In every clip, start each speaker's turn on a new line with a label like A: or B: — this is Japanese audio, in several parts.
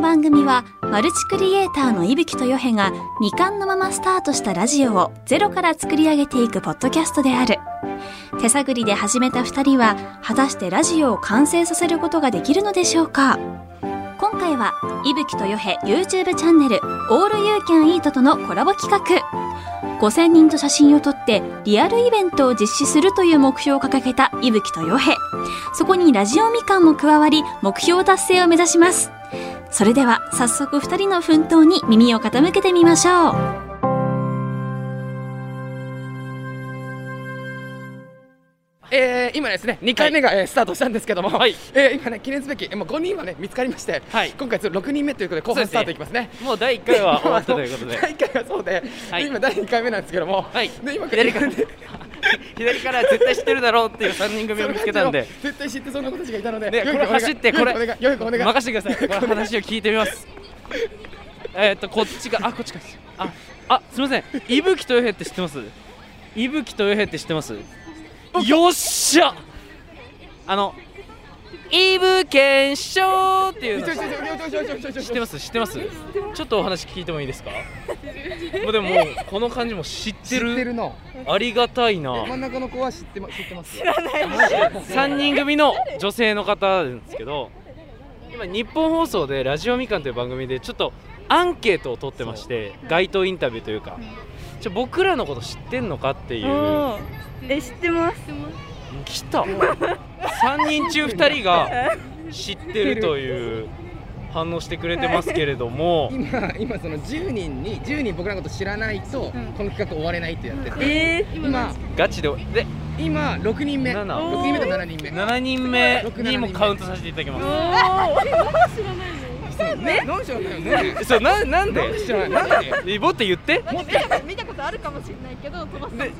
A: 番組はマルチクリエイターの伊吹とよへが未完のままスタートしたラジオをゼロから作り上げていくポッドキャストである手探りで始めた2人は果たしてラジオを完成させることができるのでしょうか今回は伊吹とよへ YouTube チャンネル「オール You Can Eat」とのコラボ企画5000人と写真を撮ってリアルイベントを実施するという目標を掲げた伊吹とよへそこにラジオみかんも加わり目標達成を目指しますそれでは早速2人の奮闘に耳を傾けてみましょう
B: えー、今ですね、2回目が、えースタートしたんですけども、えー今ね、記念すべき、えーもう5人はね、見つかりまして、
C: はい
B: 今回、6人目ということで、後半スタートいきますね。
C: もう第1回は終わったということ
B: で
C: で
B: 今あの第1回がそうで、
C: はい
B: 今、第2回目なんですけども、
C: はい
B: で今
C: 左から左から絶対知ってるだろうっていう3人組を見つけたんで
B: その感じの絶対知ってそうな子たちがいたので、
C: ね
B: よい
C: こ
B: 子お
C: れ
B: 願い
C: 走ってこれ
B: よい子お願いよい子お願い
C: 任せてくださいこの話を聞いてみますえーっとこっちがあこっちかああすみません伊吹とよへって知ってます伊吹とよへって知ってますよっしゃあの伊吹健翔っていうの
B: ちょいちょいちょいちょいちょいちょいちょい
C: 知ってます知ってますちょっとお話聞いてもい いですかもうでももうこの感じも知って
B: 知って
C: る
B: るの
C: ありがたいな
B: 真ん中の子は知ってま知ってます
C: 3人組の女性の方なんですけど今日本放送で「ラジオみかん」という番組でちょっとアンケートを取ってまして街頭インタビューというかちょ僕らのこと知ってんのかっていう
D: おーえ知ってます
C: 来た3人中2人が知ってるという反応してくれてますけれども
B: 今今その10人に10人僕らのこと知らないと、この企画終われないってやってて、
D: え
B: 今
C: ガチでで
B: 今6人目
C: 7
B: 6人目と7人目
C: 7人目にもカウントさせていただきます
B: ねどうしようねね
C: そうななんで
B: 知らないなんで
C: イボって言って
E: なんか見たこと見たことあるかもしれないけど飛ばす
C: で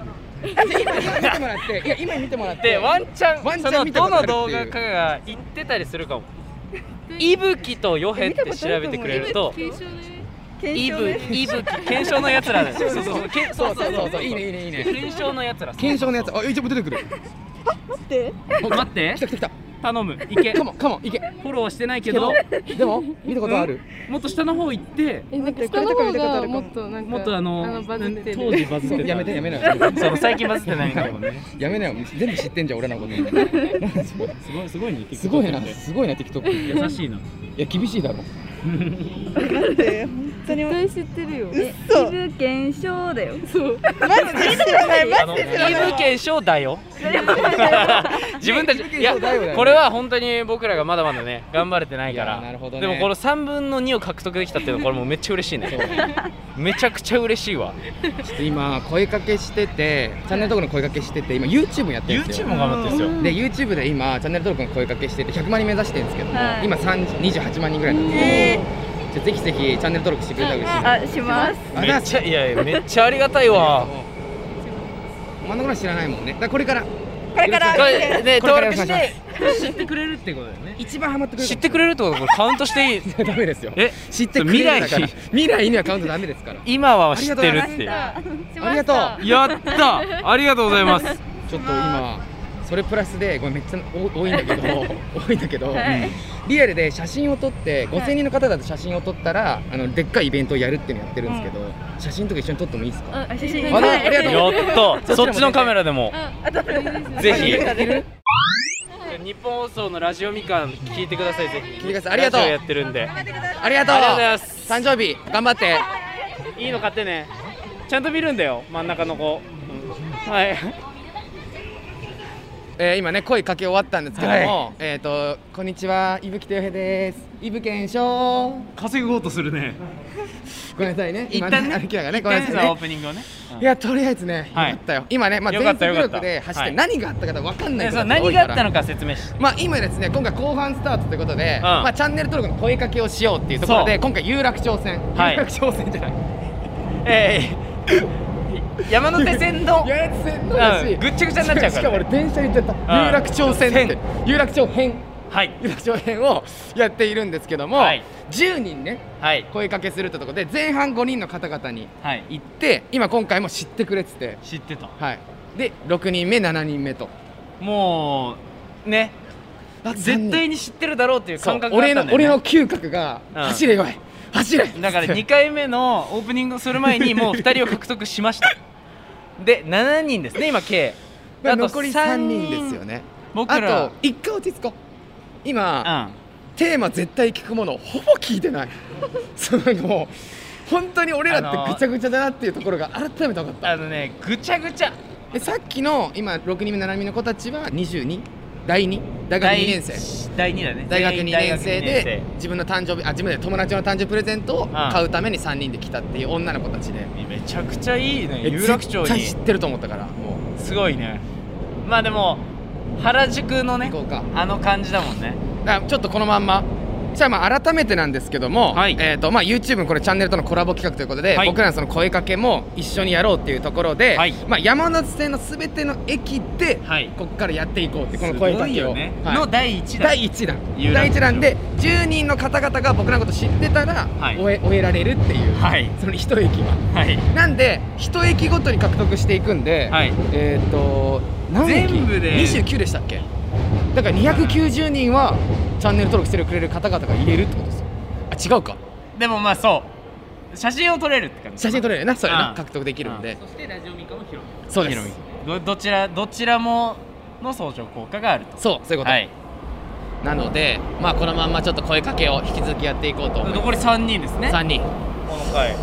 B: じゃあ今今見てもらっていや今見てもらって
C: でワンチャン
B: ワンチャン
C: その
B: 見たこ
C: ど
B: とあ
C: の
B: るっていう
C: 動画かが言ってたりするかもいぶきとよへって調べてくれると
D: 検
C: い
D: 証
C: ぶ
D: ね
C: いぶき検証のやつら だそうそうそうけ
B: そ
C: そうう
B: そ
C: そうう
B: そ
C: そうう
B: そういいねいいねいいね
C: 検証のやつら
B: 検証のやつあ一応出てくる
D: 待って
C: お待って
B: 来た来た来た
C: 頼むいけ
B: カ
C: フ
B: モンカモンいけ
C: ォローしてないけど
B: でも見たことある
C: もっと下の方行って
E: えなんか
D: 下
E: 下
D: の
E: の
D: 方が
E: 方が
D: も
E: も
D: っ
E: っとなんか
C: もっとあの
E: バズってる
C: 当時バズってた
B: やめてやめなよ
C: そう最近バズってないん だもんね
B: やめなよ全部知ってんじゃん俺らの こと
C: すごいすごいね
B: すごいなすごいな TikTok
C: 優しいない
B: や厳しいだろ
D: 本当に
E: 絶対知ってるよ
D: え
E: 嘘
D: 異物検証だよそう
C: あの、イブ検証だよ。 自分たち、いや、これは本当に僕らがまだまだね、頑張れてない
B: い
C: か
B: や
C: ら。
B: なるほどね
C: でも、この三分の二を獲得できたっていうの、これもうめっちゃ嬉しい
B: そう
C: ね。めちゃくちゃ嬉しいわ。
B: ちょっと今声かけしててチャンネル登録の声かけしてて今 YouTube やってるんです
C: YouTube
B: よ
C: も頑張ってるんですよ。
B: で YouTube で今チャンネル登録の声かけしてて100万人目指してるんですけども、
D: はい
B: 今30 28万人ぐらいなんですよ
D: え
B: じゃあぜひぜひチャンネル登録してくれたら嬉しいな
D: あします
B: あ
C: めっちゃ、いやいや、めっちゃありがたいわ。
B: 真ん中の知らないもんねだからこれから
D: これから
C: これ、ね、
B: これか
C: 登
B: ら
C: 録し
B: お願い
C: て。知ってくれるってことだよね。
B: 一番ハマってくれる
C: 知ってくれるってこと、これカウントしていい。
B: ダメですよ
C: え
B: 知ってくれるだから
C: 未
B: 未来にはカウントダメですから
C: 今は知ってるって。
D: ありがと
B: ありがと
D: うございま
B: う
C: やった。ありがとうございます。
B: ちょっと今それプラスでごめんめっちゃ多多いんだけど多いんだけど、
D: はい
B: リアルで写真を撮って5000人の方だと写真を撮ったらあのでっかいイベントをやるっていうのやってるんですけど、写真とか一緒に撮ってもいいですか、
D: あ写真
B: あどうありがとう
C: やった。そっちのカメラでも。ぜひ。 日本放送のラジオみかん聞いてくださいぜひ。
B: 聞いてくださいありがとう
C: ラジオやってるんで。あり
B: ありがとう
C: がとうございます。
B: 誕生日頑張って
C: いいの買ってね。ちゃんと見るんだよ真ん中の子。はい。
B: えー、今ね声かけ終わったんですけども、えっ、とこんにちは伊吹とよへです伊吹健翔
C: 稼ごうとするね。
B: ごめんなさいね
C: 一旦ね
B: 今歩きながらねごめんなさ
C: ダンス
B: い
C: の
B: ね
C: オープニングをね。
B: いやとりあえずね、
C: はい
B: よかったよ今ねまあ
C: よ
B: 全
C: かった
B: 速
C: よかった
B: 力で走っ
C: は
B: て
C: い
B: 何があったかわかんない
C: ね
B: こ
C: そ
B: と
C: う
B: が多
C: 何
B: い
C: が
B: か
C: あった
B: ら
C: のか説明して。
B: まあ今ですね今回後半スタートということで、
C: ん
B: まあチャンネル登録の声かけをしようっていうところで
C: そう
B: 今回有楽町線、
C: はい
B: 有楽町線じゃ ない
C: ええ。山手線の。
B: 八重線のだし、
C: うんぐっちゃぐちゃになっちゃう
B: し
C: か
B: からも
C: ね
B: 俺電車行っちゃった
C: うん
B: 有楽町線って
C: 線
B: 有楽町編
C: はい。
B: 有楽町編をやっているんですけども、
C: はい
B: 10人ね
C: はい。
B: 声かけするってとこで前半5人の方々に
C: はい。い
B: 行って今今回も知ってくれっつって
C: 知ってた。
B: はいで6人目7人目と
C: もう。ね。
B: あ
C: 絶対に知ってるだろうっていう
B: そう
C: 感覚があっ
B: 俺
C: た
B: の
C: んだよ、ね、
B: 俺の嗅覚が
C: うん
B: 走れよい走れ
C: だから2回目のオープニングをする前にもう2人を獲得しましたで7人ですね今計
B: まあ
C: あと
B: 残り3人ですよね
C: 僕
B: あ
C: ら
B: と一回落ち着こう今、
C: うん
B: テーマ絶対聞くものほぼ聞いてない そのもう本当に俺ら
C: あの
B: ってぐ
C: ー
B: ちゃぐちゃだなっていうところが改めて分かった
C: あのねぐちゃぐちゃ
B: でさっきの今6人目7人目の子たちは22第2大学2年生
C: 第2だね
B: 大学2年生
C: 全員大学二
B: で自分の誕生日あ自分で友達の誕生日プレゼントを買うために3人で来たっていう女の子たちで
C: 年生めちゃくちゃいいね
B: え
C: 有楽町
B: 絶対知っ
C: に
B: てると思ったからもう
C: すごいねまあでも原宿のね
B: 行こうか
C: あの感じだもんね
B: だからちょっとこのまんまじゃあまあ改めてなんですけども、
C: はい
B: えーとまあ、YouTube のこれチャンネルとのコラボ企画ということで、
C: はい
B: 僕らのその声かけも一緒にやろうっていうところで、
C: はい
B: まあ、山手線のすべての駅で
C: はい
B: ここからやっていこうってこの
C: す
B: 声
C: ご
B: か
C: い
B: けを、
C: よね、
B: はい
C: の第1弾
B: 第1弾
C: 有楽
B: 第
C: 町
B: 1弾で10人の方々が僕らのこと知ってたら、
C: はい
B: 終え終えられるっていう、
C: はい
B: その1駅は
C: はい
B: なんで1駅ごとに獲得していくんで、
C: はい
B: えっ、と何駅
C: 全部で
B: 29でしたっけだから290人はチャンネル登録してくれる方々が入れるってことですよあ違うか
C: でもまあそう写真を撮れるって感じ
B: 写真撮れるよなそれな
C: ああ
B: 獲得できるんで
C: そしてラジオミカも広め
B: そうです
C: どどちらどちらもの相乗効果があると
B: そうそういうこと、
C: はい
B: なのでまあこのまんまちょっと声かけを引き続きやっていこうと思いま
C: 残り3人ですね
B: す3人
C: この回ちょ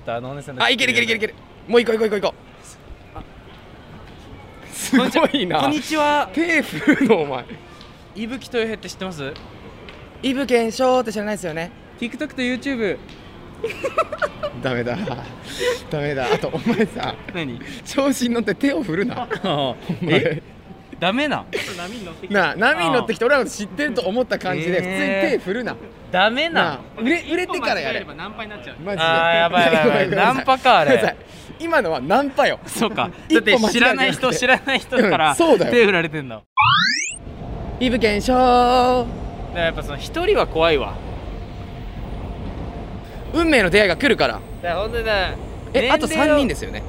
C: っとあのお姉さん
B: あいけるいけるいけるいけるもう行こう行こう行こうすごい
C: こ
B: なん
C: にちは
B: ペーフルのお前
C: 伊吹豊平って知ってます
B: イブ検証って知らないですよね
C: TikTok と YouTube
B: ダメだダメだあとお前さ
C: 何
B: 調子に乗って手を振るな お前
C: ダメな
B: なあ波に乗ってきて俺らのこと知ってると思った感じで普通に手振るな、
C: ダメ
B: なあ
C: な
B: 売れ売れてからやれマジで
C: あーやばいやばいやばい
B: ごめんごめん
C: ナンパかあれ
B: ごめんなさい今のはナンパよ
C: そうかだ
B: 一
C: って
B: 歩間違えて
C: 知らない人知らない人から
B: うんそうだよ
C: 手振られてんだ
B: イブ検証
C: だからやっぱその一人は怖いわ
B: 運命の出会いが来るから
C: だから本当にだ
B: えあと3人で
C: で
B: すよね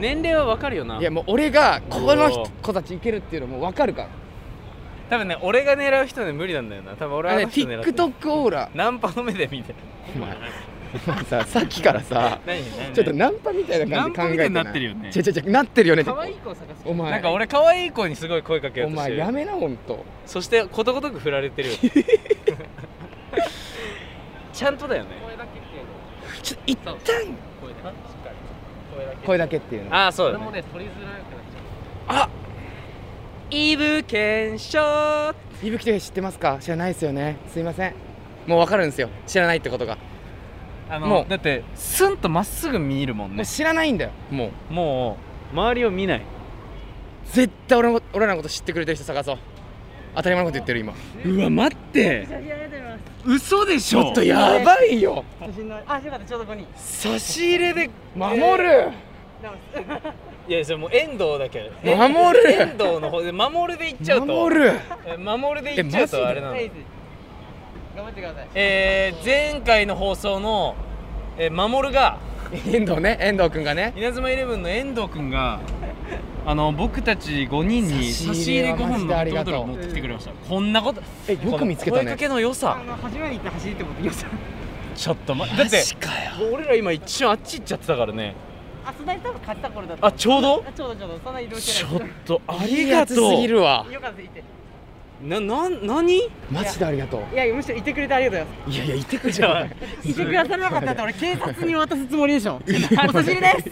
C: 年齢はわかるよない
B: やもう俺がこの
C: お
B: 人
C: ー
B: 子たちいけるっていうのもう分かるから
C: 多分ね俺が狙う人ね無理なんだよな多分俺
B: あ
C: はあ
B: れ
C: の人狙ってる
B: TikTok オーラ
C: ナンパの目で見て
B: お前お前ささっきからさ
C: 何
B: ちょっとナンパみたいな感じで考えて
C: ナンパみたいになってるよね
B: ちょちょちょなってるよね
C: 可愛い子を探す
B: お前
C: なんか俺可愛い子にすごい声かけよ
B: お
C: うとして
B: 前
C: る
B: やめなほんと
C: そしてことごとく振ら れてるよちゃんとだよね
B: ちょ一旦声だけっていうの
C: ああそうだねね取りづらくなっちゃうあイブ検証
B: 伊吹と知ってますか知らないですよねすいませんもう分かるんですよ知らないってことが、
C: あの
B: もう
C: だってスンとまっすぐ見るもん
B: も
C: ね
B: う知らないんだよもう
C: もう周りを見ない
B: 絶対俺も俺らのこと知ってくれてる人探そう当たり前のこと言ってる今ち
C: うわ待って
E: 写真ありがとうございます
C: 嘘でしょ
B: ょっとやばいよ
E: 写真のあよかったちょうどここに
C: 差し入れで
B: 守る
C: いやそれもう遠藤だけ
B: 守
C: 遠
B: る
C: 藤の方で守るでいっちゃうと
B: 守る
C: え守るでいっち
B: え
C: ゃう
B: マジで
C: とあれなの
E: はい頑張ってください
C: えー、前回の放送の、えー、守るが
B: 遠藤ね遠藤君がね
C: 稲妻イレブンの遠藤 君があの僕たち5人に
B: 差
C: 差
B: し
C: し
B: 入
C: 入
B: れ
C: れ
B: 5
C: 5
B: 本
C: 本
B: の
C: の
B: ペットボトル持っ
C: ペットボトル持って
B: き
C: てき
B: て
C: て
B: くれ
C: くれ
B: ま
C: ましたこんなこと
B: えよく見つけた
C: 声か
B: ね
C: けの良さ
E: あの初めに行った走ってもよさ
C: ちょっと待ってだって
B: マジかよ
C: 俺ら今一瞬あっち行っちゃってたからね
E: あそんなに多分買った頃だった
C: あちょうど
E: あちょうどちょうどそんな移動
C: ち
E: して
C: ょっ
E: ない
C: とありがと
B: いいやつすぎ
C: う
B: るわ
E: よかったいて
C: なな 何
B: マジでありがと
E: いやむしろいてくれてありがとうござ
B: うい
E: いま
B: やいやいてくれじゃん
E: すいてくださらなかったら俺警察に渡すつもりでしょお差し入れです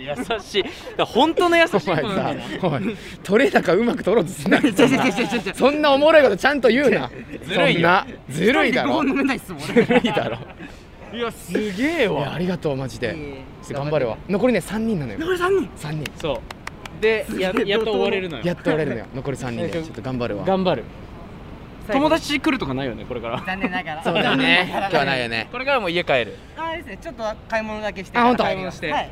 C: 優しいだから本当の優しい
B: お
C: 子
B: 前
C: な
B: さ
C: んだよ
B: おい取れ高うまく取ろうとしないで
E: 違う違う違う違う違う
B: そんなおもろいことちゃんと言うな
C: ずるいよ
B: そんなずるいだろ
E: 一人で五本飲めないっすもん
B: ずる
E: 俺
B: いだろ
C: いやすげえ
B: いやあ
C: わ
B: りがとうマジ
E: いえい
B: で
E: え
B: 頑張るわ残りね3人なのよ
E: 残り三人
B: 3人
C: そうでや
E: げえ
C: やっと終われるの
B: や
C: よ
B: っと折れるのよ残り3人でちょっと頑張るわ
C: 頑張る友達来るとかないよねこれから
E: 残念ながら
B: そうだね今日はないよね
C: これからも家帰る
E: あれですね、ちょっと買い物だけして
B: あ本当
E: 買い物してはい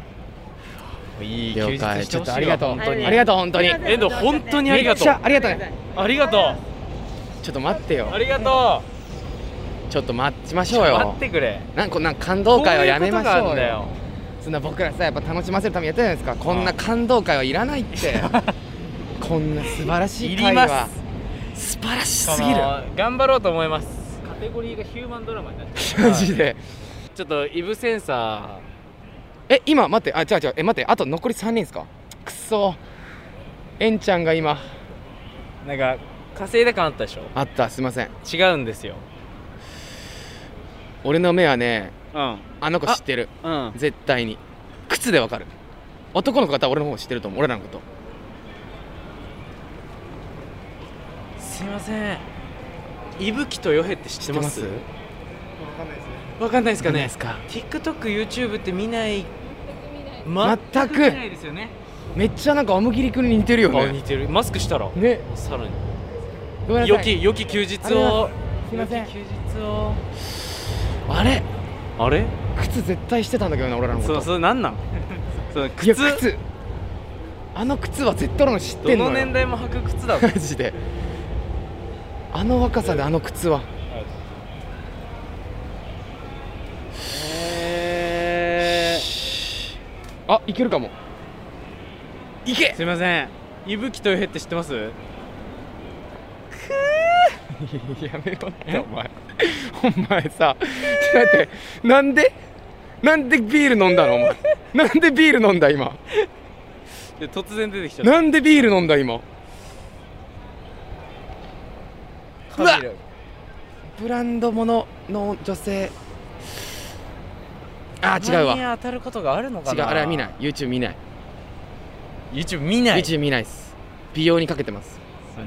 C: いい休
B: 了
C: 日してほ
B: 解
C: しい
B: ちょっとありがとう
C: 本
B: 本
C: 当
B: 当
C: に
B: にありがとう本当に
E: ありが
C: 遠
E: とう
C: 藤本当にあり
B: め
C: が
B: っ
C: と
B: ちゃ
C: う
B: ありがとうね
C: ありがと
B: ちょっと待って
C: う
B: よ
C: ありがと
B: ちょっと待ちまし
C: う
B: ょう
C: 待
B: よ
C: ってくれ
B: なんかなんか感動会はやめまし
C: こ
B: ょ
C: いことがあ
B: う
C: んだ
B: よ
C: よ
B: そんな僕らさやっぱ楽しませるためにやってるじゃない ですかこんな感動会はいらないってこんな素晴らしい
C: い
B: 会
C: り
B: は
C: ます素晴らし
F: そ
C: すぎる
F: の頑張ろうと思いますカテゴリーがヒューマンドラマになっちゃう
B: マジで、
F: ちょっとイブセンサ
B: え今待ってあ違う違うえ待ってあと残り3人ですかくっそえんちゃんが今
F: ーなんか稼いだ感あったでしょ
B: あったすいません
F: 違うんですよ
B: 俺の目はね
C: うん
B: あの子知ってる
C: うん
B: 絶対に靴でわかる男の子方は俺の方知ってると思う俺らのこと
F: すいません伊吹とヨヘって知ってます
B: 知って
F: わかんないです
B: わか
F: か
B: んない
F: ね
B: ですか
F: TikTokYouTube って見ない
B: 全く
F: 見ないですよね
B: めっちゃなんかおむぎりくんに似てるよ
F: あ
B: ね
F: 似てるマスクしたら
B: ね
F: さらに
B: ごめんなさい
F: 良き良き休日を
B: すいません
F: 良き休日を
B: あれ
F: あれ
B: 靴絶対してたんだけどな俺らのこと
F: そうそうなんなんその
B: いや
F: 靴
B: 靴あの靴は絶対俺の知って
F: ど
B: んのよ
F: の年代も履く靴だ
B: マジであの若さであの靴は
C: えー
B: あいけるかもいけ
C: すいません伊吹とよへって知ってます
B: やめろってお前お前さちょっと待ってなんでなんでビール飲んだのお前なんでビール飲んだ今
C: いや突然出てきちゃった
B: なんでビール飲んだ今うわブランドものの女性あー違うわ
F: たまに当たることがあるのか
B: 違う
F: な
B: あれは見ない YouTube 見ない、
F: YouTube 見ない
B: YouTube 見ないです美容にかけてます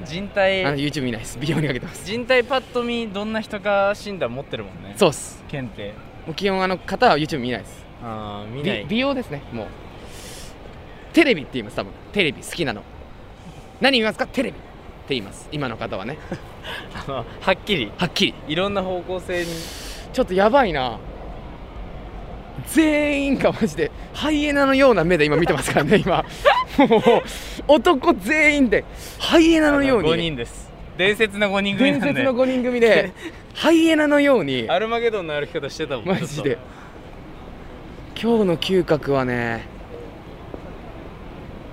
F: 人
B: あの
F: 体
B: YouTube 見ないです美容にかけてます
F: 人体パッと見どんな人か診断持ってるもんね
B: そうっす
F: 検定
B: もう基本あの方は YouTube 見ないです
F: ああ見な
B: 美
F: い
B: 美容ですねもうテレビって言います多分テレビ好きなの何言いますかテレビって言います今の方はね
F: あのはっきり
B: はっきり
F: いろんな方向性に
B: ちょっとやばいな全員がマジでハイエナのような目で今見てますからね今もう男全員でハイエナのよう
F: 5
B: に
F: 人です伝説の5人組
B: 伝
F: なん
B: 説
F: で
B: の5人組でハイエナのように
F: アルマゲドンの歩き方してたもん
B: マ ジで今日の嗅覚はね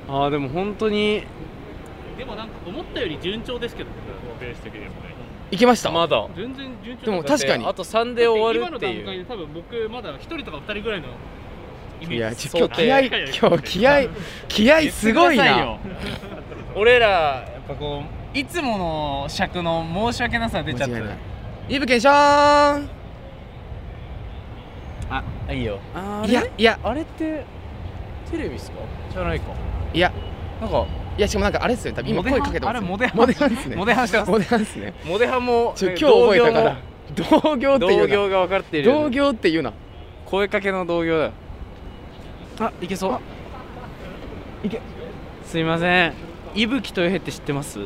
C: ああでも本当に
G: でもなんか思ったより順調ですけどね、ベース的にもね。
B: いけました
F: まだ
G: 全然順調
B: でも確かに
F: あと3で終わ
G: 今
F: る
G: の
F: って
G: 段階
F: いう
G: で多分僕まだ一人とか二人ぐらいのイメージ
B: いやちょ
F: 想
B: 今日気 合い
G: 定
B: 今日気合い気合いすごいな
F: 俺らやっぱこういつもの尺の申し訳なさ出ちゃった
B: 間違いないイブケンショーン
F: あいいよあ
B: いやいや
F: あれってテレビっすかじゃないか
B: いや
F: なんか
B: いやしかもなんかあれですよね多分今声かけてますよ
F: モデハン
B: モデハンですね
F: モデハンしてます
B: モデハンですね
F: モデハも
B: ちょ今日覚えたから同業ってい
F: 同
B: うな
F: 業が分かっている
B: 同業っていうな
F: 声かけの同業だあいけそういけすいません
C: 伊吹とよへって知ってます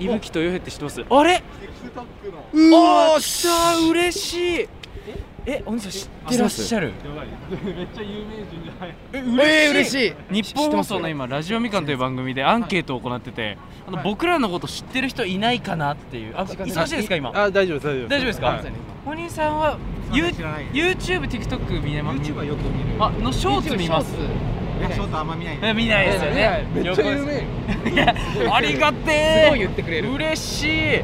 C: 伊吹とよへって知ってますあれ
B: う
C: お
B: お
C: っしゃ嬉しいえお兄さん知ってらっしゃる
B: えー嬉しい
C: 日本放送の今「ラジオみかん」という番組でアンケートを行っててあの僕らのこと知ってる人いないかなっていうあ忙しいですか今
E: あ大丈夫大丈夫
C: 大丈夫ですか、お兄さんはユー YouTube、TikTok 見れます
E: YouTube はよく見る
C: あのショーツ見ます
E: いやショートあんま見ない
C: え見ないですよね
B: めっちゃ有名
C: ありが
B: すごい
C: て
B: 言ってくれ
C: え
B: る
C: 嬉しい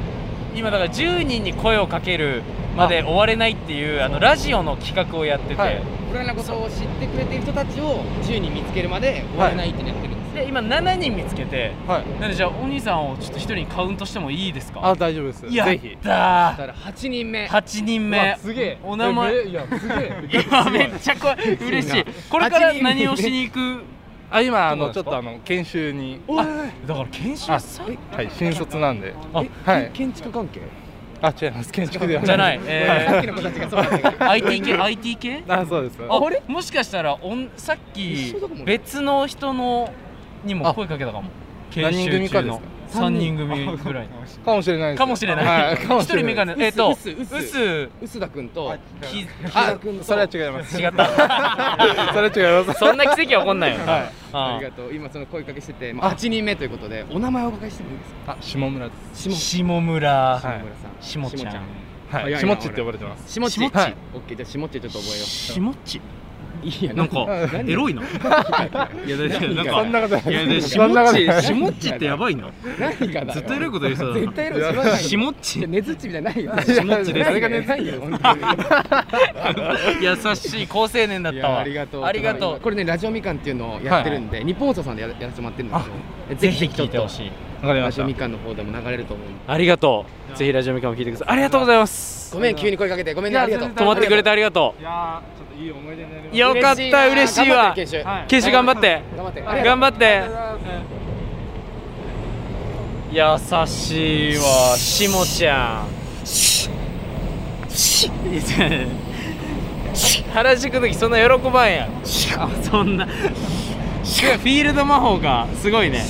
C: 今だから10人に声をかけるまで終われないっていうあのラジオの企画をやってて、
B: はい俺らのことを知ってくれてる人たちを10人見つけるまで終われないってやってるんです
C: で今7人見つけて、
E: はい
C: なのでじゃあお兄さんをちょっと1人にカウントしてもいいですか
E: あ大丈夫です
C: や
E: ぜ
C: っ
E: ひ
C: た
B: だから8人目
C: ー8人目
E: すげえ
C: お名前
E: いやすげえ
C: 今めっちゃ怖い嬉しいこれから何をしに行く
E: あ今 あの
C: そ
E: ち
C: う
E: ょっ
C: な
E: とあの研修に
B: おい
E: だから研修はい新卒なんであはい
B: 建築関係
E: あ違います建築では
C: じゃないい、
B: さっ
C: え
B: きの子たちがそうだったけど
C: ー、IT 系 IT 系
E: あそうです
C: あれもしかしたらおんさっき
B: 一緒だもんね
C: 別の人のにも声かけたかも研
E: 何人
C: 修
E: 組
C: 中
E: かです
C: の
E: か
C: 3人組ぐらい
E: かもしれないです
C: かもし れない
E: はいかも
C: 一
E: しれ
C: 人メ
E: ない
C: ガネえっと
B: う
C: う
B: す
C: す
B: うす
C: 違
B: 薄田君と
C: き
E: あ
B: 木田君と
E: それは違いま す
C: った
E: それは違います
C: そんな奇跡は起こんないよな、
E: はい
B: あ
C: あ
B: りがとう今その声かけしてて、まあ、8人目ということでお名前をお伺いしてもいいですか
E: あ下村で
C: ー
B: 下
C: 下村、
E: はい
B: 下村さん
C: 下もちゃん
E: す
B: 早
E: はいい
B: な
E: 下っちって呼ばれてます
B: 下地
C: 下地
B: はいオッケーじゃあ下地ちょっと覚えよ
C: 下もち
B: いや
G: なんかエロい ないやだってなんか
B: そんなことない
G: いやで
B: そ
G: 下
B: んな
G: っ
B: こと
G: ち
B: ない
G: 下っちってやばいな
B: 何かだよ
G: ずっとエロいこと言う人だ
B: 絶対エロいこと言う
G: な下っち
B: いや根づっちみたいなのないよ
G: 下っちです
B: それが根づいよ本当に
C: 優しい好青年だ
B: い
C: っ
B: や
C: たわ
B: ありがとう
C: ありがとう
B: これねラジオみかんっていうのをやってるんで、日本放送さんでややらせてもらってるんですけど
F: ぜひ聞いてほ
B: い
F: しいわかり
B: ラ
F: ま
B: ジ
F: し
B: オ
F: た
B: みかんの方でも流れると思うんで
C: ありがとうぜひラジオミカも聞いてくださいありがとうございます
B: ごめん急に声かけてごめんねありがとう
C: 止まってくれてありがと
F: いやーちょっといい思い出になりま
C: うよかった嬉しいわ
B: 頑張ってる
F: はい
C: 研修頑張って
B: 研修頑張ってありがと
C: 頑張って優しいわしもちゃん原宿の時そんな喜ばんやん
F: そんなすごいフィールド魔法がすごいね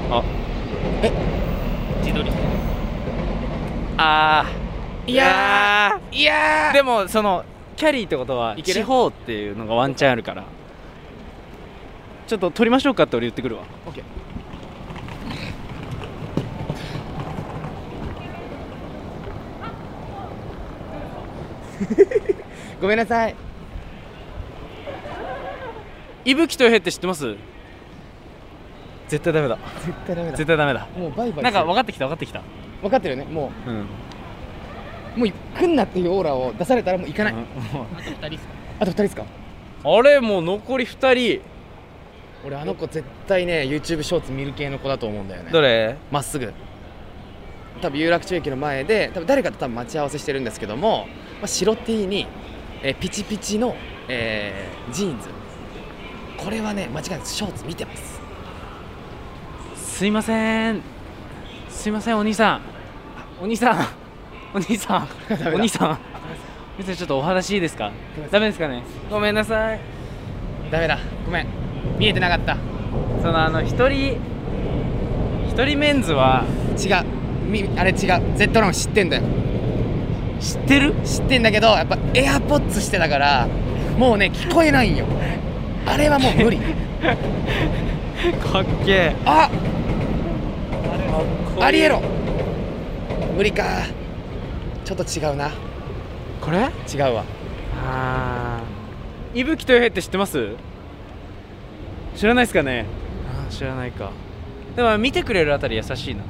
C: あーいやーいやでもそのキャリーってことは地方っていうのがワンチャンあるからちょっと撮りましょうかって俺言ってくるわ
B: オッケーうごめんなさい
C: 伊吹とよへって知ってます絶対ダメだ
B: 絶対ダメだ
C: 絶対ダメ だ
B: もうバイバイ
C: なんか分
B: わ
C: かってきた分かってきた
B: 分かってるよねも
C: うん
B: うもう来んなっていうオーラを出されたらもう行かない、あと二人ですか
C: あれもう残り2人
B: 俺あの子絶対ね YouTube ショーツ見る系の子だと思うんだよね
C: どれ
B: まっすぐ多分有楽町駅の前で多分誰かと多分待ち合わせしてるんですけども、まあ、白 T に、えーピチピチの、えージーンズこれはね間違いなくショーツ見てます
C: すいませんすいませんお兄さんお兄 さんお兄さんお兄さんお兄さんちょっとお話いいですかダメですかねごめんなさい
B: ダメだごめん見えてなかった
C: そのあの一人一人メンズは
B: 違うみあれ違う Z ロン知ってんだよ
C: 知ってる
B: 知ってんだけどやっぱエアポッツしてたからもうね聞こえないんよあれはもう無理
C: かっけえ
B: あ
C: こういう
B: ありえろ無理かちょっと違うな
C: これ
B: 違うわ
C: あー伊吹とよへって知ってます知らないですかねあー知らないかでも見てくれるあたり優しいな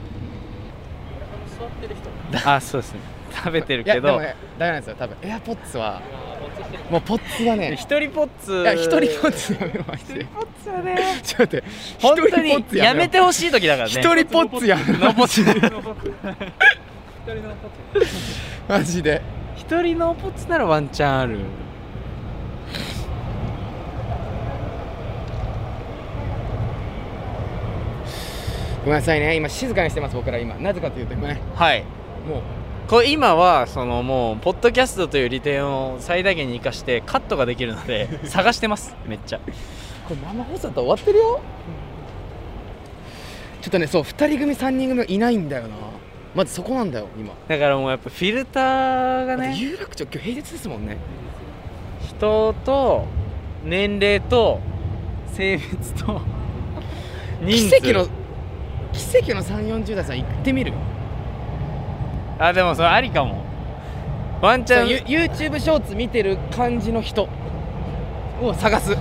C: 座ってる人あそうですね食べてるけ
B: いやで
C: ど
B: もねダメなんですよ多分エアポッツはもうポッツはね
C: 一人ぽっつ
B: いや一人ポッツやめまして一人ポッツはね ちょっと待って
C: 本当
B: 一人
C: に
B: ポッツ
C: やめ
B: め
C: てほしい時だからね
B: 一人ポッツやめ
C: の
B: ま
C: ぽっつ
B: マジで
C: 一人のぽっつならワンチャンある
B: ごめんなさいね今静かにしてます僕ら今なぜかというとね
C: はい
B: もう
C: これ今はそのもうポッドキャストという利点を最大限に生かしてカットができるので探してますめっちゃ
B: これ生放送だったら終わってるよちょっとねそう二人組三人組がいないんだよなまずそこなんだよ今
C: だからもうやっぱフィルターが
B: だって
C: ね
B: 有楽町今日平日ですもんね
C: 人と年齢と性別と人
B: 奇
C: 数
B: 跡の奇跡の三四十代さん行ってみる
C: あでもそれありかもワン
B: じ
C: チ
B: ゃ
C: ャ
B: あ
C: ン
B: YouTube ショーツ見てる感じの人を探す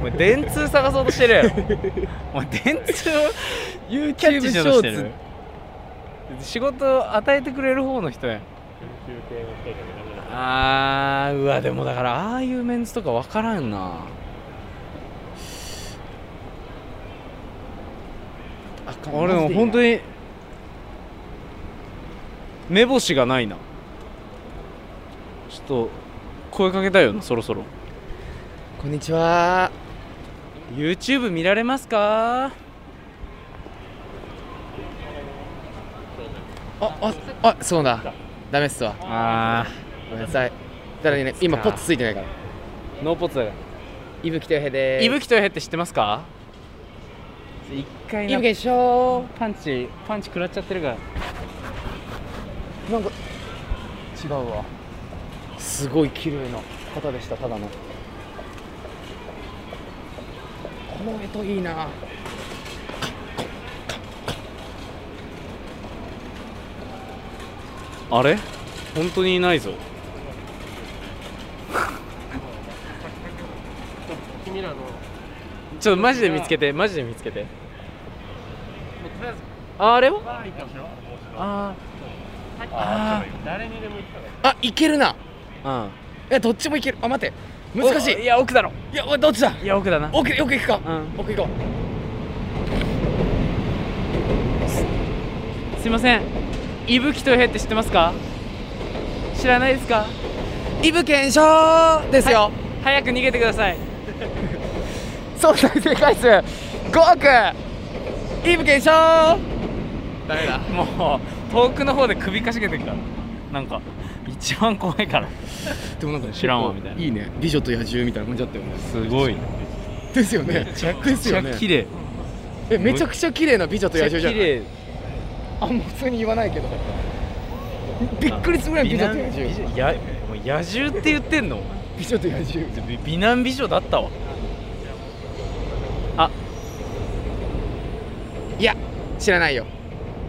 C: お前電通探そうとしてる やろお前電通をキャッ
B: YouTube
C: チし
B: シ
C: ようと
B: ョ
C: してる
B: ー
C: 仕事を与えてくれる方の人やんあーうわでもだからああいうメンズとか分からんな
B: ツ
C: 俺でも本当
B: に
C: に目星がないなちょっと声かけたいよなそろそろ
B: こんにちは
C: YouTube 見られますか
B: あああそうだダメっすわ
C: あ
B: ごめんなさいただね今ポッツついてないから
C: ーノーポッツだか
B: 伊吹とよへで
C: ら
B: ー
C: 伊吹とよへって知ってますか一回
B: 伊吹でしょ
C: パンチパンチ食らっちゃってるから
B: ーなんか違うわすごい綺麗な方でしたただのこの絵といいな
C: あれ本当にいないぞ
G: ミラの、も
C: ちょっとマジで見つけてマジで見つけて
G: うとりあえず
C: あれは
G: バーン行きましょう。
C: あ
G: あー誰にでも行ったらい
B: あ
G: い。
B: いけるな
C: あ
B: えどっちもいけるあ待って
C: うん
B: 難しい
C: おいや奥だろ
B: いやおいどっちだ
C: いや奥だな
B: 奥奥行くか、
C: うん
B: 奥行こう
C: すいません伊吹豊平って知ってますか知らないですか
B: イブ検証ですよ、
C: 早く逃げてください
B: 総再生回数5億イブ検証ダメだ
C: もう遠くの方で首かしげてるからなんか一番怖いから
B: でもなんか
C: 知らんわみたいない
B: いね美女と野獣みたいな感じだったよね
C: すごい
B: ですよねですよね
C: 綺麗
B: えめちゃくちゃ綺麗な美女と野
C: めち
B: 獣
C: ゃ
B: じゃない
C: 綺麗
B: あんま普通に言わないけどびっくりするぐらい美女と野 獣
C: やもう野獣って言ってんの
B: 美女と野獣
C: 美美男美女だったわ
B: いや知らないよ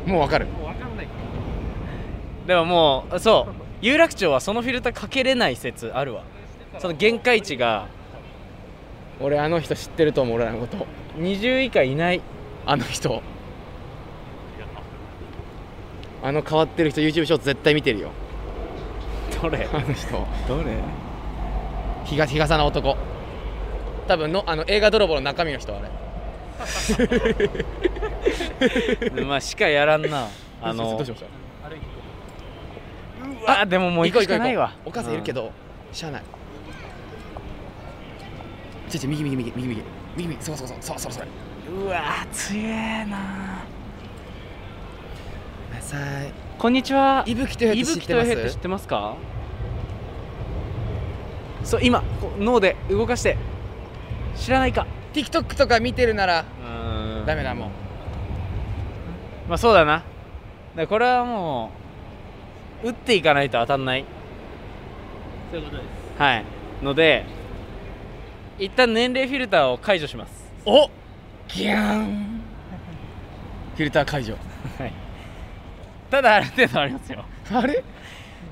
B: もうわかる
G: もうわかんないから。
C: でももうそう有楽町はそのフィルターかけれない説あるわその限界値が
B: 俺あの人知ってると思う俺らのこと
C: 20以下いない
B: あの人あの変わってる人 YouTube ショート絶対見てるよ
C: どれ
B: あの人
C: どれ
B: 日が日傘の男多分のあの映画泥棒の中身の人あれ
C: まあしかやらんな
B: ど
C: あの
B: うしました
C: うわでももう行くしかないわ
B: お母さんいるけ
C: ど、
B: どしゃあないちょいちょい右右右右右右右そうそうそうそうそうそう
C: うんうわ強えな
B: なさい
C: こんにちは
B: 伊吹とや
C: 伊
B: つ知っ
C: 吹
B: て
C: と
B: ま
C: ヘって知っ
B: す
C: てますかそう今こう脳で動かして知らないか
B: TikTok とか見てるなら
C: うーん
B: ダメだもう
C: まあそうだなだからこれはもう打っていかないと当たんない
G: そういうことです。
C: はいので一旦年齢フィルターを解除します
B: おギャーンフィルター解除
C: ただある程度ありますよ
B: あれ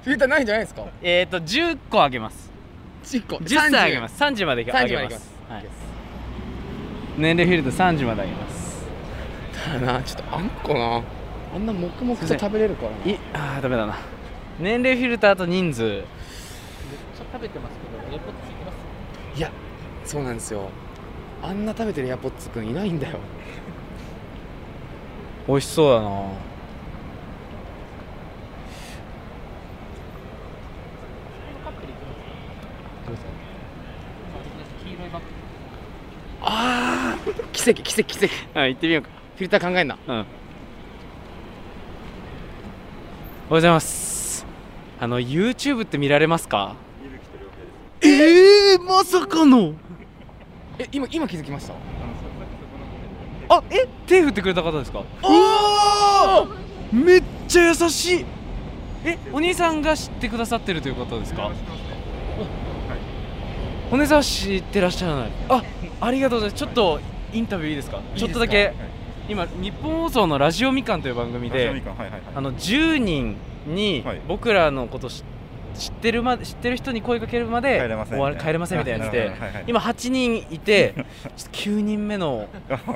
B: フィルターないんじゃないですか
C: えっ、ー、と10個あげます
B: 10個
C: 10歳あげます30まであ
B: 30
C: げ
B: までい
C: ま
B: き
C: す
B: ます
C: はい、年齢フィルター30まであげます
B: だなちょっとあんこなあんな黙々と食べれるからない
C: あーダメだな年齢フィルターと人数
G: めっちゃ食べてますけど、エ アポッツいきます。
B: いやそうなんですよあんな食べてるエアポッツくんいないんだよ
C: 美味しそうだな
G: カップでいきますか。黄色いバッグ。
B: あー奇跡奇跡奇跡フ
C: はい行ってみようか
B: ィルター考えんな
C: うんおはようございますあの YouTube って見られますかええー、まさかの
B: え今今気づきました
C: あえ手振ってくれた方ですか
B: おー
C: めっちゃ優しいえお兄さんが知ってくださってるということですかお姉さんは知ってらっしゃらないあありがとうございますちょっとインタビューいいですか
H: いいですか
C: ちょっとだけ、
H: はい
C: 今日本放送の「ラジオみかん」という番組
H: ラジオみ
C: で
H: かんはいはいはい
C: あの10人に
H: はい
C: 僕らのことし知ってるまで知ってる人に声かけるまで
H: 帰れません
C: 終わる帰れませんみたいなやつで
H: はいはい
C: 今8人いてちょっと9人目 の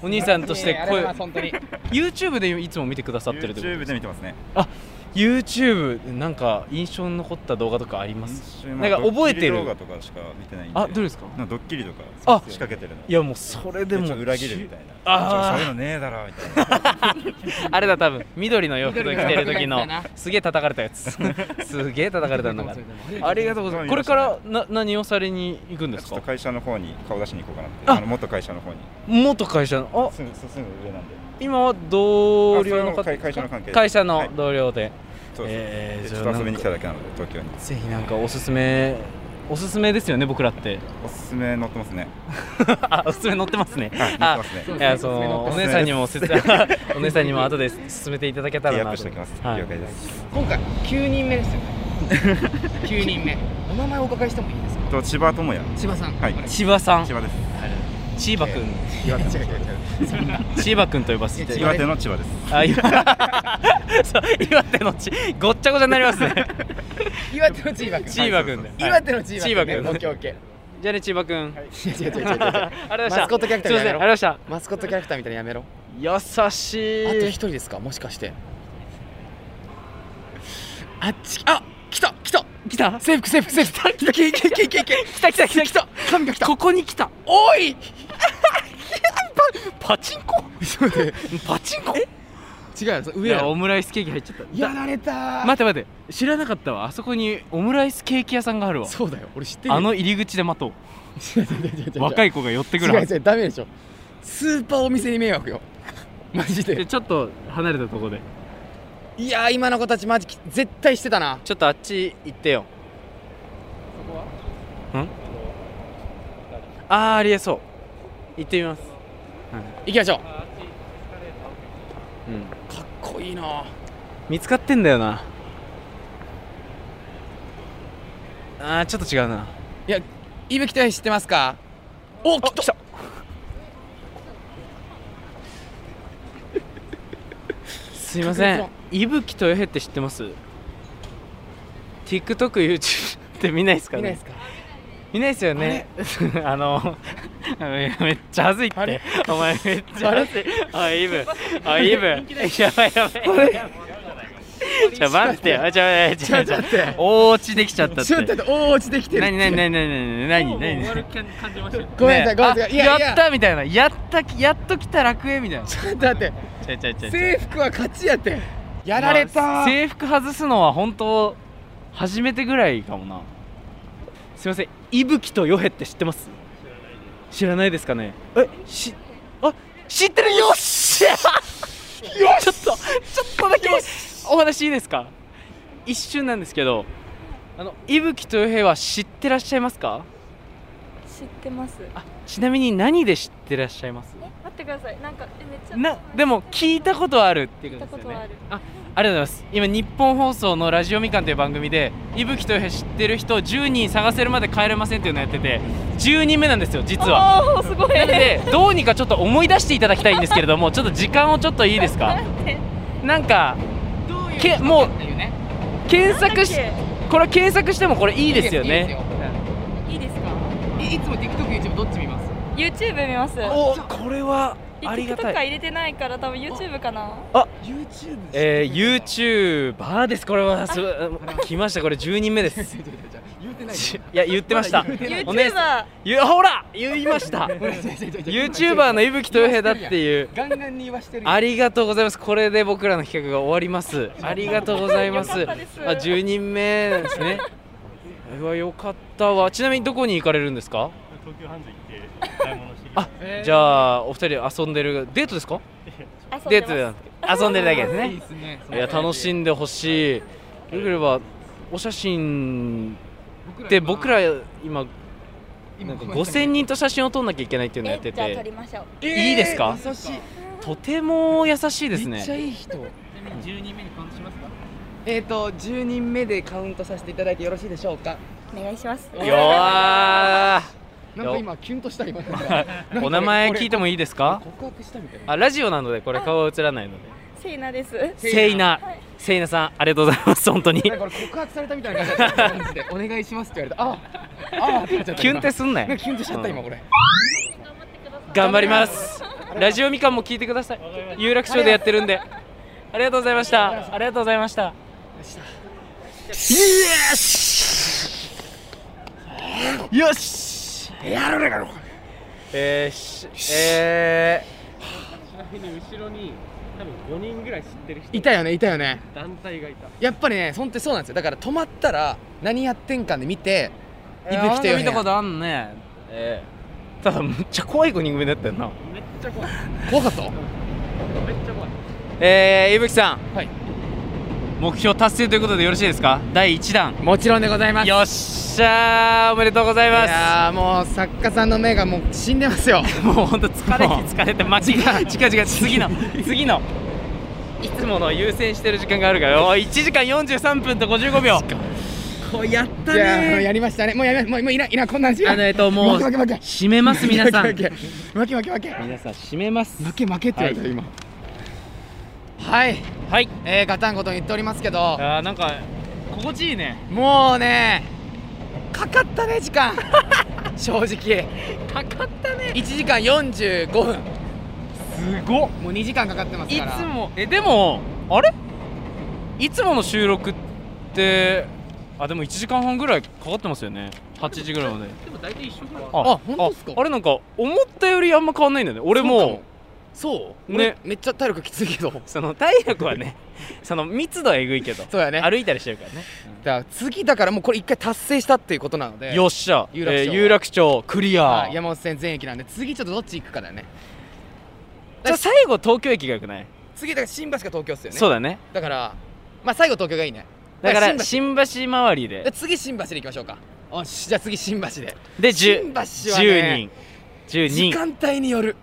C: お兄さんとして声
B: 本当に
C: YouTube でいつも見てくださってるってこと
H: YouTube で見てますね
C: YouTube なんか印象に残った動画とかありますなんか覚えてる
H: ドッキリ動画とかしか見てないんで
C: あどれですか
H: なんかドッキリとか
C: あ
H: 仕掛けてるの
C: いやもうそれで
H: ちょ
C: も
H: っと裏切るみたいな
C: あー
H: ちょそういうのねえだろみたいな
C: あれだ多分緑の洋服着てる時の
B: 緑の洋服着てた
C: すげえ叩かれたや つすげえ叩かれたんだからありがとうございますこれからな何をされに行くんです
H: ちょっと
C: か
H: 会社の方に顔出しに行こうかなって
C: あ
H: あの元会社の方に
C: 元会社のあ
H: すぐすすぐ上なんで
C: 今は同僚の
H: あそ
C: 方
H: れも会会社の関係です
C: 会社
H: は
C: の
H: い
C: 同僚で
H: そうそう
C: えー
H: で
C: じ
H: ち
C: ゃあ
H: ょっと遊びに来ただけなので東京に
C: ぜひなんかおすすめおすすめですよね僕らって
H: おすすめ載ってますね
C: あおすすめ載ってますね
H: はい載って
C: あ
H: ますね
C: いやそのお
H: おすすめ
C: 姉さんにもおすす お姉さんにも後で進めていただけた
H: ティ
C: ら
H: ーアッ
C: な
H: プしておきます
C: はい
H: 了解です
B: 今回9人目ですよね9人目お名前お伺いしてもいいですか
H: と千葉智也
B: 千葉さん
H: はい
C: 千葉さん
H: 千葉です
C: 千葉くん
B: 違う違う違うそんな
C: 千葉くんと呼ばせていただ
H: 岩
C: い
H: 手の千葉です
C: てあ岩 そう岩手のちごっちゃごちゃになりますね
B: 岩手のチーバくん
C: 千葉くんで
B: 岩手のチーバくんね
C: 千葉くん
B: オッケーオッケー
C: じゃあね千葉くん、
B: 違う違う違う違う
C: ありがとうございました
B: マスコットキャラクター
C: す
B: み
C: いま
B: たい
C: せんあ
B: な
C: り
B: や
C: がとうござい
B: マスコットキャラクターみたいなのやめろ
C: ました優し
B: あと一
C: い
B: 人ですかもしかしてあっちあ来た来た
C: 来た
B: セーフセーフセーフ来た来た来た来た来
C: 来た来た来た来た
B: た神が来た
C: ここに来た
B: おい
C: パチンコパチンコ
B: 違うよその
C: い
B: 上や
C: や
B: ろ
C: オムライスケーキ入っちゃった
B: やられたー
C: 待って待って知らなかったわあそこにオムライスケーキ屋さんがあるわ
B: そうだよ俺知ってるよ
C: あの入り口で待と
B: 違う違う違う違
C: う
B: う
C: 若
B: い
C: い子が寄って
B: 違
C: く
B: う
C: るはず
B: 違うダメでしょスーパーお店に迷 惑よマジで
C: でちょっと離れたとこで
B: いやー今の子たちマジき絶対してたな
C: ちょっとあっち行ってよそこはんあーありえそう行ってみます
B: 行きましょうかっこいいな
C: 見つかってんだよなあーちょっと違うない
B: や伊吹大知ってますかお来た
C: すいませ
B: 確
C: ん伊吹豊平って知ってます TikTokYouTube って見ないですか
B: 見ない
C: ね
B: ですか
C: 見ないですよねあのめっちゃ恥ずいっ
B: あ
C: て
B: れ
C: お前めっちゃ恥ずいおいイブおいイブやばいやばいちょ待ってよちょちょち
B: ちょ
C: ょ
B: 待って
C: お落ちできちゃったっ
B: ちょっと
C: て
B: 待っておー落ちてきてる
C: 何何何何何何
G: 終わ
C: 何
G: る感感じましたよ
B: ごめんなさいごめんなさいいやい
C: や
B: や
C: ったみたいなやったやっと来た楽園みたいなち
B: ちょっと待って
C: ょちょちょちょ
B: 制服は勝ちやってやられたー、
C: まあ制服外すのは本当初めてぐらいかもなすいません伊吹とヨヘって知ってます知らないですかねえしあ知ってるよっしゃちょっとちょっとだけお話いいですか一瞬なんですけどあの伊吹とヨヘは知ってらっしゃいますか
D: 知ってます
C: あちなみに何で知ってらっしゃいます
D: え待ってくださいなんかえめっちゃ
C: なでも聞いたことあるってい
D: 聞
C: う
D: い
C: こ
D: た
C: と
D: こ
C: です
D: と
C: よね
D: はある
C: ありがとうございます今日本放送の「ラジオみかん」という番組で伊吹と知ってる人を10人探せるまで帰れませんっていうのをやってて10人目なんですよ実は
D: おおーすごい
C: なのでどうにかちょっと思い出していただきたいんですけれど もちょっと時間をちょっといいですかなんかけもう検索し
D: なんだっ
C: これ検索してもこれいいですよね
D: けいいですか
E: いいつも TikTokYouTube どっち見ます
D: YouTube 見ます
C: おこれはありが
D: TikTok は
C: たい
D: 入れてないから多分 YouTube かな
C: えー、YouTuber ですこれはす 来ましたこれ10人目です いや言ってましたお姉さん
D: YouTuber
C: ゆ ほら言いました YouTuber の伊吹豊平だっていう
E: ガンガンに言わしてる
C: ありがとうございますこれで僕らの企画が終わりますありがとうございます
D: よかったです
C: あ10人目なんですねうわよかったわちなみにどこに行かれるんですか
G: 東急ハンズ行って買い物してきて
C: あじゃあお二人遊んでるデートですかデート
D: 遊
C: で
D: んで
C: 遊んでるだけですね
E: すね
C: いや楽しんでほしいよければお写真で僕ら今なんか5000人と写真を撮んなきゃいけないっていうのや
D: ま
C: っ
D: すえ
C: て
D: じゃあ撮
C: て
D: りましょう
C: いいですか
B: 優しい
C: とても優しいです
B: めっちゃ
C: ね
B: いい人
G: ちなみに10人目にカウントしますか
E: えっと10人目でカウントさせていただいてよろしいでしょうか
D: お願いします
C: よー
B: なんか今キュンとした 今
C: お名前聞いてもいいですか
B: 告白したみたいな
C: あラジオなのでこれ顔は映らないので
D: せいなです
C: せいなせいなさんありがとうございます本当に
B: なんかこれ告白されたみたいな感じだったマジでお願いしますって言われたあああってなっちゃった
C: キュンってすんな
B: なん
C: よ
B: かキュンとしちゃった今これ
C: 頑張りますラジオみかんも聞いてください有楽町でやってるんでありがとうございましたありがとうございましたよし
B: やられろ
C: えー、しえ
G: ちなみに後ろに多分5人ぐらい知ってる人
B: いたよねいたよね
G: 団体がいた
B: やっぱりね本当にそうなんですよだから止まったら何やってんかで見て
C: ー、
B: いぶきとよ
C: 見
B: ね
C: たことあんねええただむっちゃ怖い5人組だったよな
G: めっちゃ怖い
B: 怖かった
G: めっちゃ怖い
C: えー、いぶきさん
B: はい
C: 目標達成ということでよろしいですか第1弾
B: もちろんでございます
C: よっしゃーおめでとうござい
B: い
C: ま
B: やーもう作家さんの目がもう死んでますよ
C: すもうほんと疲れて疲れてマジ違う違う次の次のいつもの優先してる時間があるからおい1時間43分と55秒こうやった
B: じゃあやりましたねもうやりまもうもういないいないこんな話いら
C: あ
B: ん
C: のえっ ともう
B: 負け負け負け
C: 締めます 皆さん
B: 負け負け負け負け負
C: 皆さん締めます
B: け負けって言われた今はい
C: はい
B: えー、ガタンこと言っておりますけど
C: あーなんか心地いいね
B: もうねかかったね時間正直
F: かかったね
B: 1時間45分
F: すごっ
E: もう2時間かかってます
F: い
E: から
F: つも
C: えでもあれいつもの収録ってあでも1時間半ぐらいかかってますよね8時ぐらいまで
G: でも大体一緒ぐらい。
B: あ本当っすか
C: ああれなんか思ったよりあんま変わんないんだよね俺
B: そうか
C: も
B: そう
C: ね
B: ねめっちゃ体力きついけど
C: その体力はね その密度はえぐいけど
B: そうやねだか
C: 歩いたりしてるからね、
B: ら次だからもうこれ一回達成したっていうことなので
C: よっしゃ
B: 有楽町
C: えー有楽町クリア、
B: はい山手線全駅なんで次ちょっとどっち行くかだよね
C: じゃあ最後東京駅がよくない、
B: 次だから新橋か東京っすよね
C: そうだね
B: だからまあ最後東京がいいね
C: だか
B: だ
C: ら
B: から
C: 新橋周り
B: じゃあ
C: で
B: 次新橋で行きましょうかよしじゃあ次新橋で
C: で
B: 新橋
C: 10
B: は
C: 10
B: ね
C: 人10
B: 時
C: 人
B: 間帯による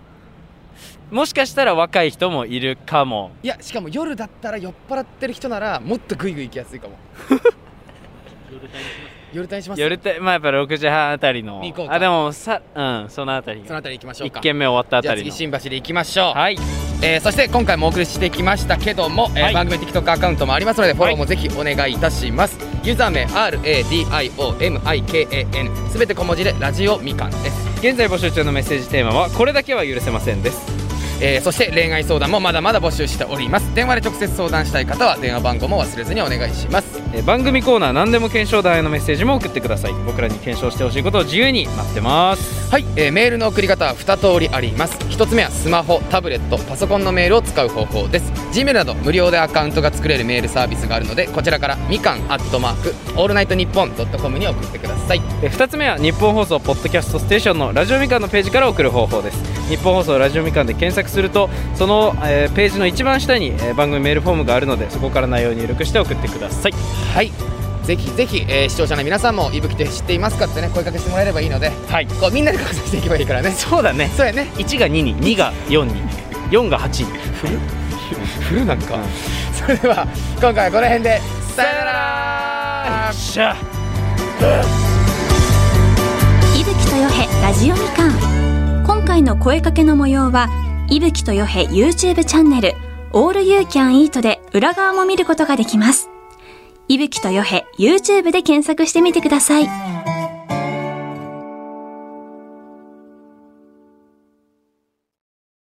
C: もしかしたら若い人もいるかも
B: いやしかも夜だったら酔っ払ってる人ならもっとグイグイ行きやすいかも 夜帯にします
C: 夜てまあやっぱ6時半あたりの
B: に行こうか
C: あでもさうんそのあたり
B: そのあたり行きましょう
C: 1
B: か
C: 軒目終わったあ
B: じゃ
C: た
B: あ
C: り
B: 次
C: の
B: 新橋で行きましょう、
C: はい
B: えーそして今回もお送りしてきましたけども、えー
C: はい
B: 番組 TikTok アカウントもありますのでフォローもぜひお願いいたします、ユーザー名 RADIOMIKAN すべて小文字でラジオみかんです、
C: 現在募集中のメッセージテーマはこれだけは許せませんです
B: えーそして恋愛相談もまだまだ募集しております電話で直接相談したい方は電話番号も忘れずにお願いします
C: えー番組コーナー何でも検証団へのメッセージも送ってください僕らに検証してほしいことを自由に待ってます
B: はい、えーメールの送り方は2通りあります1つ目はスマホタブレットパソコンのメールを使う方法です Gmail など無料でアカウントが作れるメールサービスがあるのでこちらからみかんアットマークオールナイトニッポンドットコムに送ってください
C: えー二つ目は日本放送ポッドキャストステーションのラジオみかんのページから送る方法です日本放送ラジオみかんで検索するとその、えーページの一番下に、えー番組メールフォームがあるのでそこから内容を入力して送ってください
B: はいぜひぜひ、えー視聴者の皆さんもいぶきって知っていますかってね声かけしてもらえればいいので
C: はい
B: こうみんなで拡散していけばいいからね
C: そうだね
B: そうやね
C: 1が2に2が4に4が8に
B: フルなんか、それでは今回はこの辺でさよなら
C: しゃあ
A: 伊吹とよへラジオみかん今回の声かけの模様は伊吹とよへ YouTube チャンネル「オール You Can Eat」で裏側も見ることができます伊吹とよへ YouTube で検索してみてください